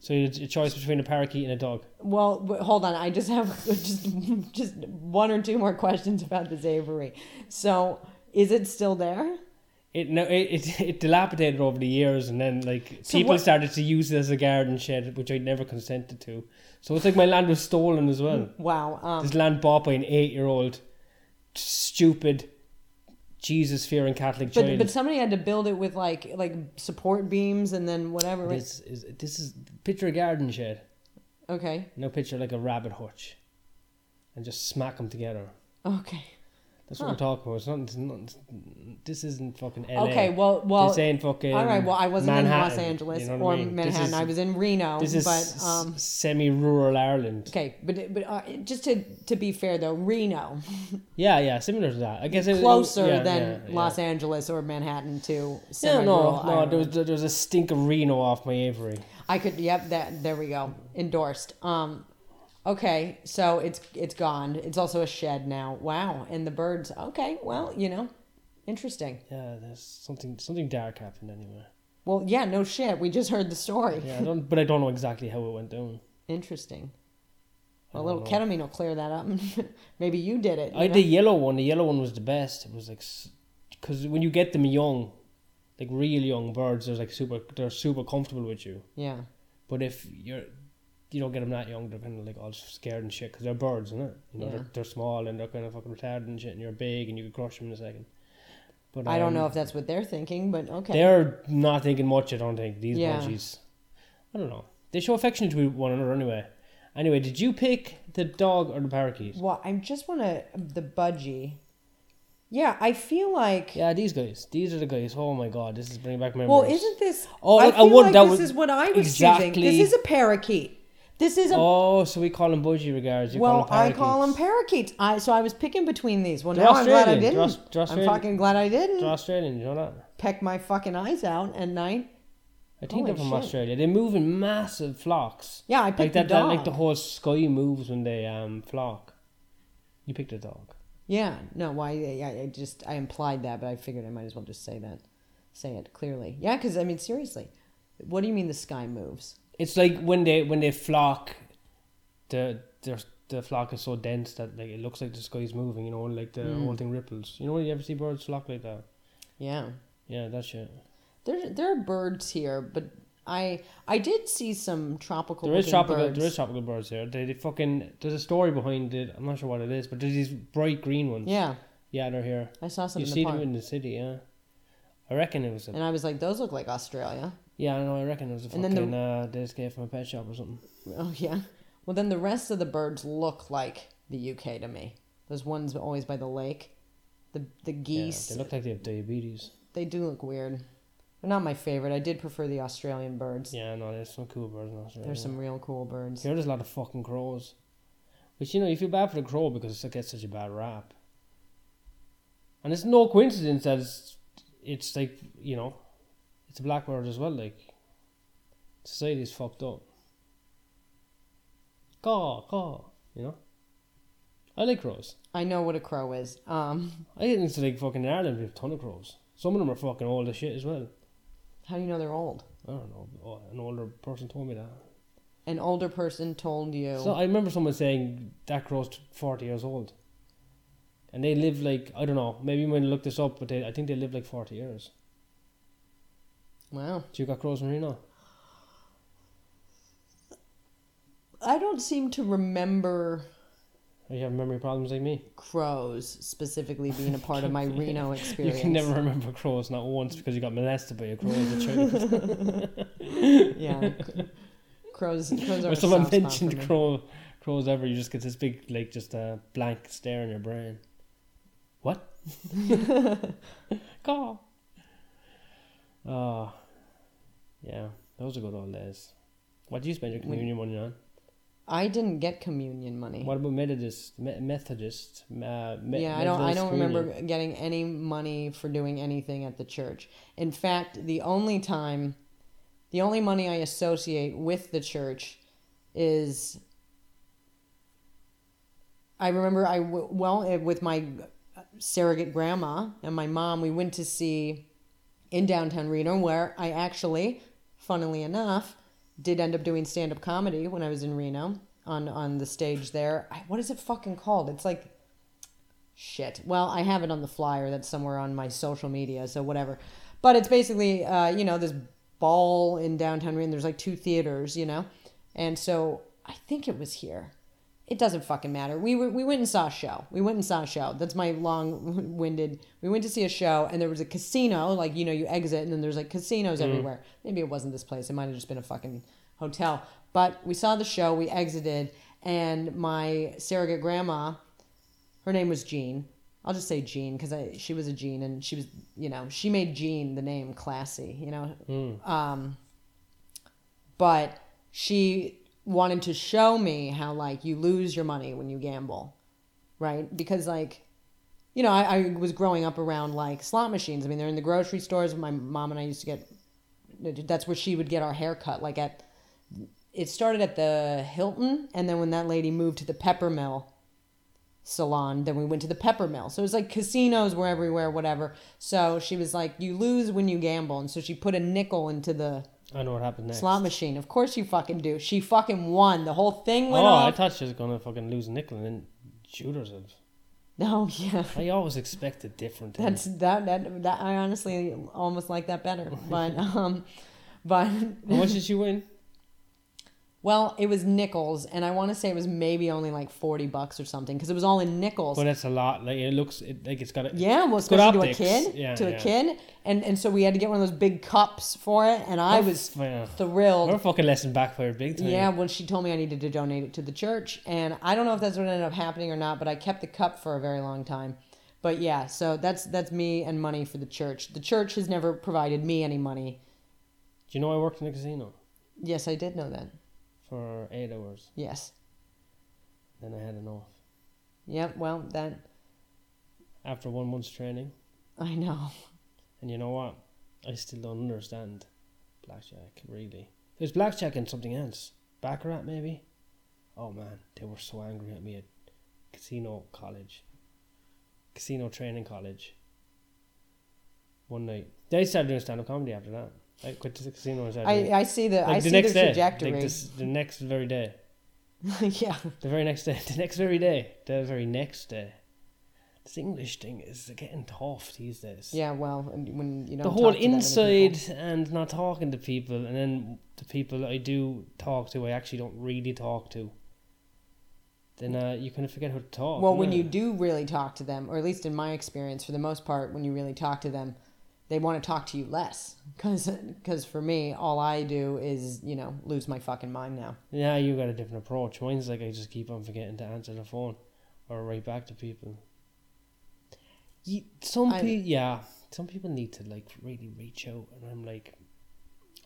B: So it's a choice between a parakeet and a dog.
A: well, w- hold on. I just have just just one or two more questions about this Avery. So is it still there?
B: It no, it, it it dilapidated over the years, and then like
A: So
B: people
A: what-
B: started to use it as a garden shed, which I never consented to. So it's like my land was stolen as well.
A: Wow. Um,
B: This land bought by an eight-year-old, stupid, Jesus-fearing Catholic
A: but
B: child.
A: but somebody had to build it with like like support beams and then whatever. right?
B: this is this is picture a garden shed.
A: Okay.
B: Now picture like a rabbit hutch, and just smack them together.
A: Okay.
B: That's what
A: Huh.
B: we're talking about. It's not, it's not, this isn't fucking LA.
A: Okay. Well. Well.
B: this ain't fucking.
A: all right. Well, I wasn't in Los
B: Manhattan,
A: Angeles
B: you know
A: or
B: what I mean? This
A: Manhattan.
B: is-
A: I was in Reno.
B: This is
A: but um,
B: semi-rural Ireland.
A: okay. But but uh, just to to be fair though, Reno
B: Yeah, yeah, similar to that. I guess it-
A: closer
B: yeah,
A: than
B: yeah,
A: Los Angeles or Manhattan to
B: Yeah, yeah no,
A: semi-rural
B: no.
A: Ireland.
B: There was, there was a stink of Reno off my Avery.
A: I could. Yep. That. There we go. Endorsed. Um. Okay. So it's it's gone. It's also a shed now. Wow. And the birds. Okay. Well, you know, interesting.
B: Yeah, there's something something dark happened anyway.
A: Well, yeah. No shit. We just heard the story.
B: Yeah, I don't, but I don't know exactly how it went down.
A: Interesting. A
B: I don't
A: little
B: know.
A: ketamine will clear that up. Maybe you did it. you
B: I
A: know?
B: had the yellow one. The yellow one was the best. It was like because when you get them young, like real young birds, they're like super. They're super comfortable with you.
A: Yeah.
B: But if you're you don't get them that young, they're kind of like all scared and shit because they're birds, isn't it? You know,
A: Yeah.
B: they're, they're small and they're kind of fucking retarded and shit, and you're big and you could crush them in a second. But
A: I don't know
B: um,
A: if that's what they're thinking, but okay.
B: they're not thinking much. I don't think these
A: Yeah.
B: budgies. I don't know. They show affection to one another anyway. Anyway, did you pick the dog or the parakeet?
A: Well, I just want to the budgie. Yeah, I feel like.
B: Yeah, these guys. These are the guys. Oh my god, this is bringing back memories.
A: Well, isn't this?
B: Oh,
A: I
B: look, I
A: feel
B: would-
A: like
B: that
A: this
B: would-
A: is what I was choosing.
B: exactly.
A: This is a parakeet. This is a.
B: Oh, so we call them budgie regards. You
A: well,
B: call
A: I
B: them
A: call them parakeets.
B: parakeets.
A: I so I was picking between these. Well,
B: They're
A: now I'm glad I
B: Australian.
A: didn't.
B: They're Aus-
A: I'm
B: they're Australian.
A: fucking glad I didn't
B: They're Australian. You know that.
A: peck my fucking eyes out at night.
B: I think
A: Holy
B: they're from
A: shit.
B: Australia. They move in massive flocks.
A: Yeah, I
B: Like
A: picked
B: that,
A: the
B: that,
A: dog.
B: like the whole sky moves when they um flock. You picked a dog.
A: Yeah, no, why? I, I- I just I implied that, but I figured I might as well just say that, say it clearly. Yeah, because I mean, seriously, what do you mean the sky moves?
B: It's like when they when they flock, the the the flock is so dense that like it looks like the sky's moving. You know, like the
A: Hmm.
B: whole thing ripples. You know, when you ever see birds flock like that.
A: Yeah,
B: Yeah, that shit.
A: there there are birds here, but I I did see some tropical.
B: There is
A: looking
B: tropical.
A: birds.
B: There is tropical birds there. They, they fucking. There's a story behind it. I'm not sure what it is, but there's these bright green ones.
A: Yeah,
B: Yeah, they're here.
A: I saw some
B: You
A: in
B: see
A: the
B: them
A: park,
B: in the city. Yeah, I reckon it was a.
A: and I was like, those look like Australia.
B: Yeah, I know. I reckon it was a
A: And
B: fucking.
A: then the-
B: uh, they escaped from a pet shop or something.
A: Oh yeah. Well, then the rest of the birds look like the UK to me. Those ones always by the lake, the the geese.
B: Yeah, they look like they have diabetes.
A: they do look weird. They're not my favorite. I did prefer the Australian birds.
B: Yeah, no, there's some cool birds in Australia.
A: There's some real cool birds.
B: Here, there's a lot of fucking crows. Which, you know, you feel bad for the crow because it gets such a bad rap. And it's no coincidence that it's, it's like, you know, it's a black bird as well. Like, society's fucked up. Caw, caw, you know? I like crows.
A: I know what a crow is. Um,
B: I think it's like fucking in Ireland, we have a ton of crows. Some of them are fucking old as shit as well.
A: how do you know they're old?
B: I don't know. oh, An older person told me that.
A: An older person told you.
B: So I remember someone saying that crow's t- forty years old, and they live like I don't know. Maybe you might look this up, but they, I think they live like forty years.
A: wow.
B: Do you got crows in Reno?
A: I don't seem to remember
B: Or you have memory problems like me?
A: crows specifically being a part of my Reno experience.
B: You can never remember crows not once because you got molested by a crow as a child.
A: Yeah. Crows, crows are
B: or
A: a
B: someone
A: soft spot for
B: mentioned
A: me.
B: crow crows ever, you just get this big like just a blank stare in your brain. What? Caw. Oh, Ah. yeah. Those are good old days. What do you spend your communion money on?
A: I didn't get communion money.
B: What about Methodist? Me- Methodist? Uh, Me-
A: yeah, I don't. I
B: Methodist
A: don't
B: communion?
A: remember getting any money for doing anything at the church. In fact, the only time, the only money I associate with the church, is. I remember I w- well eh, with my surrogate grandma and my mom. We went to see in downtown Reno, where I actually, funnily enough, did end up doing stand up comedy when I was in Reno on on the stage there. I, what is it fucking called? It's like shit. Well, I have it on the flyer that's somewhere on my social media, so whatever. But it's basically, uh, you know, this ball in downtown Reno. There's like two theaters, you know, and so I think it was here. It doesn't fucking matter. We were, we went and saw a show. We went and saw a show. That's my long-winded. We went to see a show, and there was a casino. Like you know, you exit, and then there's like casinos everywhere. Maybe it wasn't this place. It might have just been a fucking hotel. But we saw the show. We exited, and my surrogate grandma her name was Jean. I'll just say Jean because she was a Jean and she was, you know, she made Jean the name classy, you know. Um, but she wanted to show me how, like, you lose your money when you gamble, right? Because, like, you know, I, I was growing up around, like, slot machines. I mean, they're in the grocery stores. My mom and I used to get, that's where she would get our haircut, like, at, it started at the Hilton, and then when that lady moved to the Peppermill, salon. Then we went to the pepper mill. So it was like casinos were everywhere, whatever. So she was like, You lose when you gamble. And so she put a nickel into the
B: I know what happened next.
A: slot machine. Of course you fucking do. She fucking won. The whole thing
B: oh,
A: went
B: I
A: off.
B: thought she was gonna fucking lose a nickel and then shoot herself.
A: no, Oh, yeah.
B: I always expected different
A: That's
B: things.
A: that, that that I honestly almost like that better. But um but
B: How much did she win?
A: well, it was nickels and I want to say it was maybe only like 40 bucks or something cuz it was all in nickels.
B: Well, that's a lot. Like it looks, it, like it's got a
A: Yeah, well,
B: good
A: especially to a
B: optics.
A: kid,
B: Yeah,
A: to
B: yeah.
A: a kid, and and so we had to get one of those big cups for it, and I was
B: Yeah.
A: thrilled.
B: uh, Her fucking lesson backfired big time.
A: Yeah, when she told me I needed to donate it to the church, and I don't know if that's what ended up happening or not, but I kept the cup for a very long time. But yeah, so that's that's me and money for the church. The church has never provided me any money.
B: Do you know I worked in a casino
A: Yes, I did know that.
B: for eight hours?
A: Yes.
B: Then I had an off
A: Yep. Well, that
B: after one month's training.
A: I know.
B: And you know what? I still don't understand blackjack. Really, there's blackjack and something else. Baccarat, maybe. Oh man, they were so angry at me at casino college, casino training college. One night, they started doing stand-up comedy after that. I quit the casino. And started
A: I
B: doing-
A: I see the
B: like,
A: I see the trajectory.
B: Day, like this, the next very day.
A: yeah.
B: The very next day. The next very day. The very next day. This English thing is getting tough these days.
A: Yeah. Well, and when you know
B: the whole inside and not talking to people, and then the people I do talk to, I actually don't really talk to. Then uh, you kind of forget how to talk.
A: Well, when
B: innit?
A: you do really talk to them, or at least in my experience, for the most part, when you really talk to them, they want to talk to you less. Because for me, all I do is, you know, lose my fucking mind now.
B: yeah, you got a different approach. Mine's like I just keep on forgetting to answer the phone or write back to people. You, some
A: I-
B: people, yeah, some people need to like really reach out, and I'm like,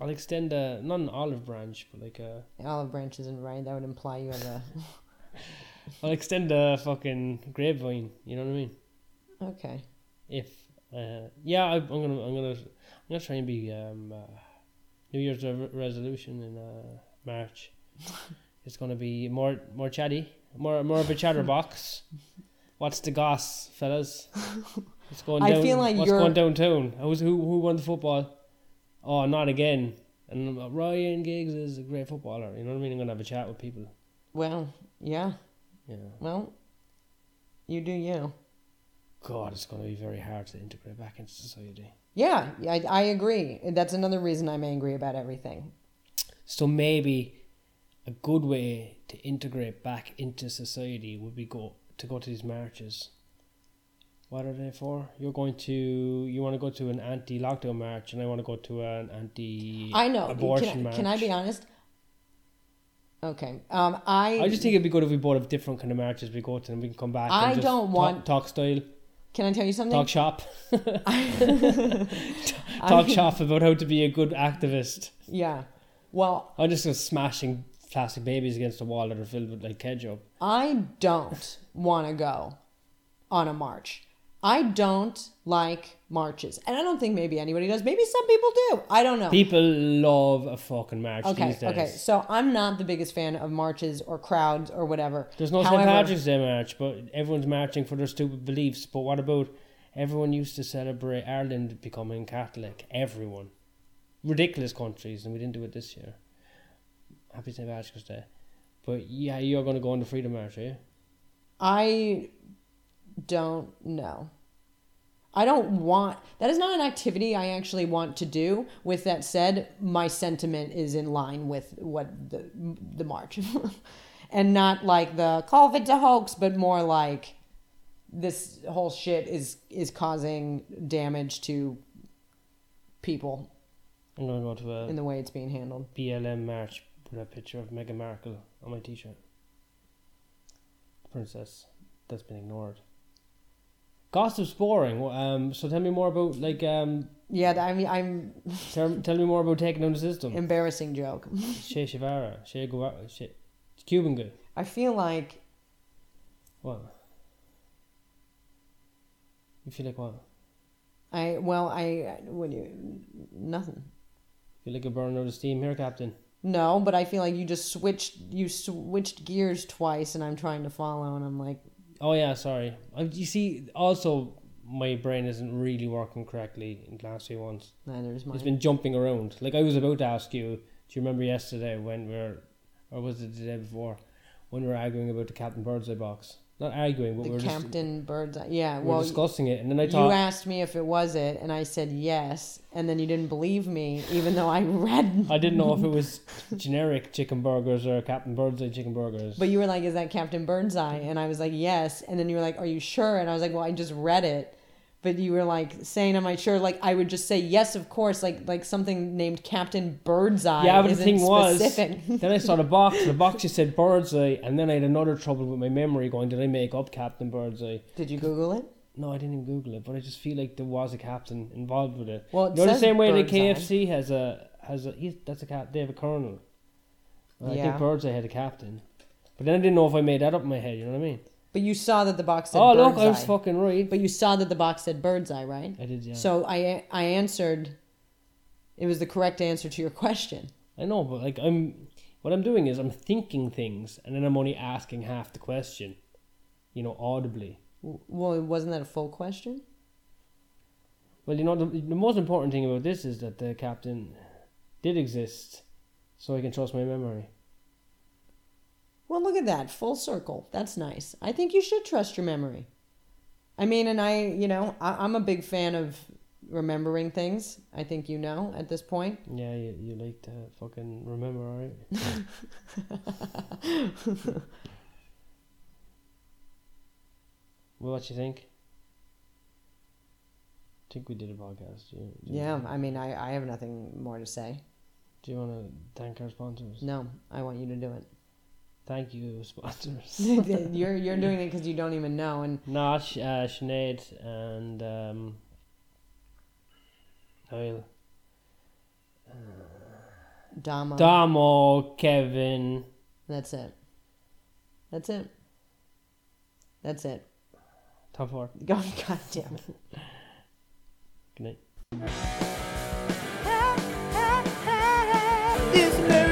B: I'll extend a not an olive branch, but like a
A: Olive branch isn't right. That would imply you have a.
B: I'll extend a fucking grapevine. You know what I mean?
A: Okay.
B: if uh, yeah, I, I'm gonna I'm gonna I'm gonna try and be um, uh, New Year's re- resolution in uh, March. it's gonna be more more chatty, more more of a chatterbox. What's the goss, fellas? What's going
A: I
B: down?
A: feel like
B: what's
A: you're-
B: going downtown? Who's who who won the football? Oh, not again. And uh, Ryan Giggs is a great footballer. You know what I mean? I'm gonna have a chat with people.
A: Well, yeah.
B: Yeah.
A: Well, you do you.
B: God, it's gonna be very hard to integrate back into society.
A: Yeah, I, I agree. That's another reason I'm angry about everything.
B: So maybe a good way to integrate back into society would be go to go to these marches. What are they for? You're going to you want to go to an anti-lockdown march, and I want to go to an anti.
A: I know. Can I-
B: Abortion
A: Can I
B: march.
A: be honest? Okay. Um, I,
B: I just think it'd be good if we bought up different kind of marches we go to, and we can come back. and
A: I
B: just
A: don't
B: talk,
A: want-
B: talk style,
A: Can I tell you something?
B: talk shop, talk shop about how to be a good activist.
A: Yeah. Well,
B: I'm just gonna smashing plastic babies against the wall that are filled with like ketchup.
A: I don't want to go on a march. I don't like marches. And I don't think maybe anybody does. Maybe some people do. I don't know.
B: People love a fucking march
A: okay,
B: these days.
A: okay. So I'm not the biggest fan of marches or crowds or whatever.
B: There's no
A: However-
B: St. Patrick's Day march, but everyone's marching for their stupid beliefs. But what about everyone used to celebrate Ireland becoming Catholic? Everyone. Ridiculous countries, and we didn't do it this year. Happy St. Patrick's Day. But yeah, you're going to go on the Freedom March, are you?
A: I don't know. I don't want that is not an activity I actually want to do. With that said, my sentiment is in line with what the the march. and not like the COVID's a hoax, but more like this whole shit is is causing damage to people
B: I'm going to go to a
A: in the way it's being handled.
B: BLM march with a picture of Meghan Markle on my t shirt. Princess. That's been ignored. Gossip's boring. Wh- Um, so tell me more about, like, um,
A: Yeah, I mean I'm
B: tell, tell me more about taking down the system.
A: embarrassing joke.
B: Che Guevara, Che Guevara, Che. It's Cuban good.
A: I feel like
B: What? You feel like what?
A: I well I what do you nothing.
B: You feel like you're burning out of steam here, Captain.
A: No, but I feel like you just switched you switched gears twice, and I'm trying to follow, and I'm like,
B: Oh yeah, sorry. Uh, You see, also my brain isn't really working correctly in the last few months.
A: nah, there's mine.
B: It's been jumping around. Like I was about to ask you, do you remember yesterday when we were, or was it the day before, when we were arguing about the Captain Birdseye box? Not arguing, but we
A: the
B: were
A: Campton Birds. Eye- Yeah,
B: just we were
A: well,
B: discussing it, and then I
A: you
B: thought,
A: asked me if it was it, and I said yes, and then you didn't believe me, even though I read.
B: I didn't know if it was generic chicken burgers or Captain Birdseye chicken burgers.
A: But you were like, "Is that Captain Birdseye?" And I was like, "Yes." And then you were like, "Are you sure?" And I was like, "Well, I just read it." But you were like saying, "Am I sure?" Like I would just say, "Yes, of course." Like like something named Captain Birdseye.
B: Yeah, but the
A: isn't
B: thing was-
A: specific.
B: then I saw the box. The box just said Birdseye, and then I had another trouble with my memory going, did I make up Captain Birdseye?
A: Did you Google it?
B: No, I didn't even Google it, but I just feel like there was a captain involved with it.
A: Well, it
B: You know the
A: says
B: same way the
A: Birdseye.
B: KFC has a has a he's, that's a cap. They have a colonel. And I
A: Yeah.
B: think Birdseye had a captain, but then I didn't know if I made that up in my head. You know what I mean?
A: But you saw that the box said
B: oh
A: birdseye.
B: look, I was fucking right.
A: But you saw that the box said bird's eye, right?
B: I did, yeah.
A: So I I answered. It was the correct answer to your question.
B: I know, but like I'm, what I'm doing is I'm thinking things, and then I'm only asking half the question, you know, audibly.
A: W- Well, wasn't that a full question?
B: Well, you know, the, the most important thing about this is that the captain did exist, so I can trust my memory.
A: Well, look at that full circle. That's nice. I think you should trust your memory. I mean, and I, you know, I, I'm a big fan of remembering things. I think you know at this point.
B: Yeah, you, you like to fucking remember, alright? well, what you think? I think we did a podcast. Do you, do you-
A: Yeah. I mean, I, I have nothing more to say.
B: Do you want to thank our sponsors?
A: No, I want you to do
B: Thank you, sponsors.
A: it. you're you're doing it because you don't even know, and
B: Nah, Sh- uh, Sinead and um, Niall.
A: Dama.
B: Damo, Kevin.
A: That's it. That's it. That's it.
B: Top four.
A: God, God damn it.
B: Good night.
C: It's Merry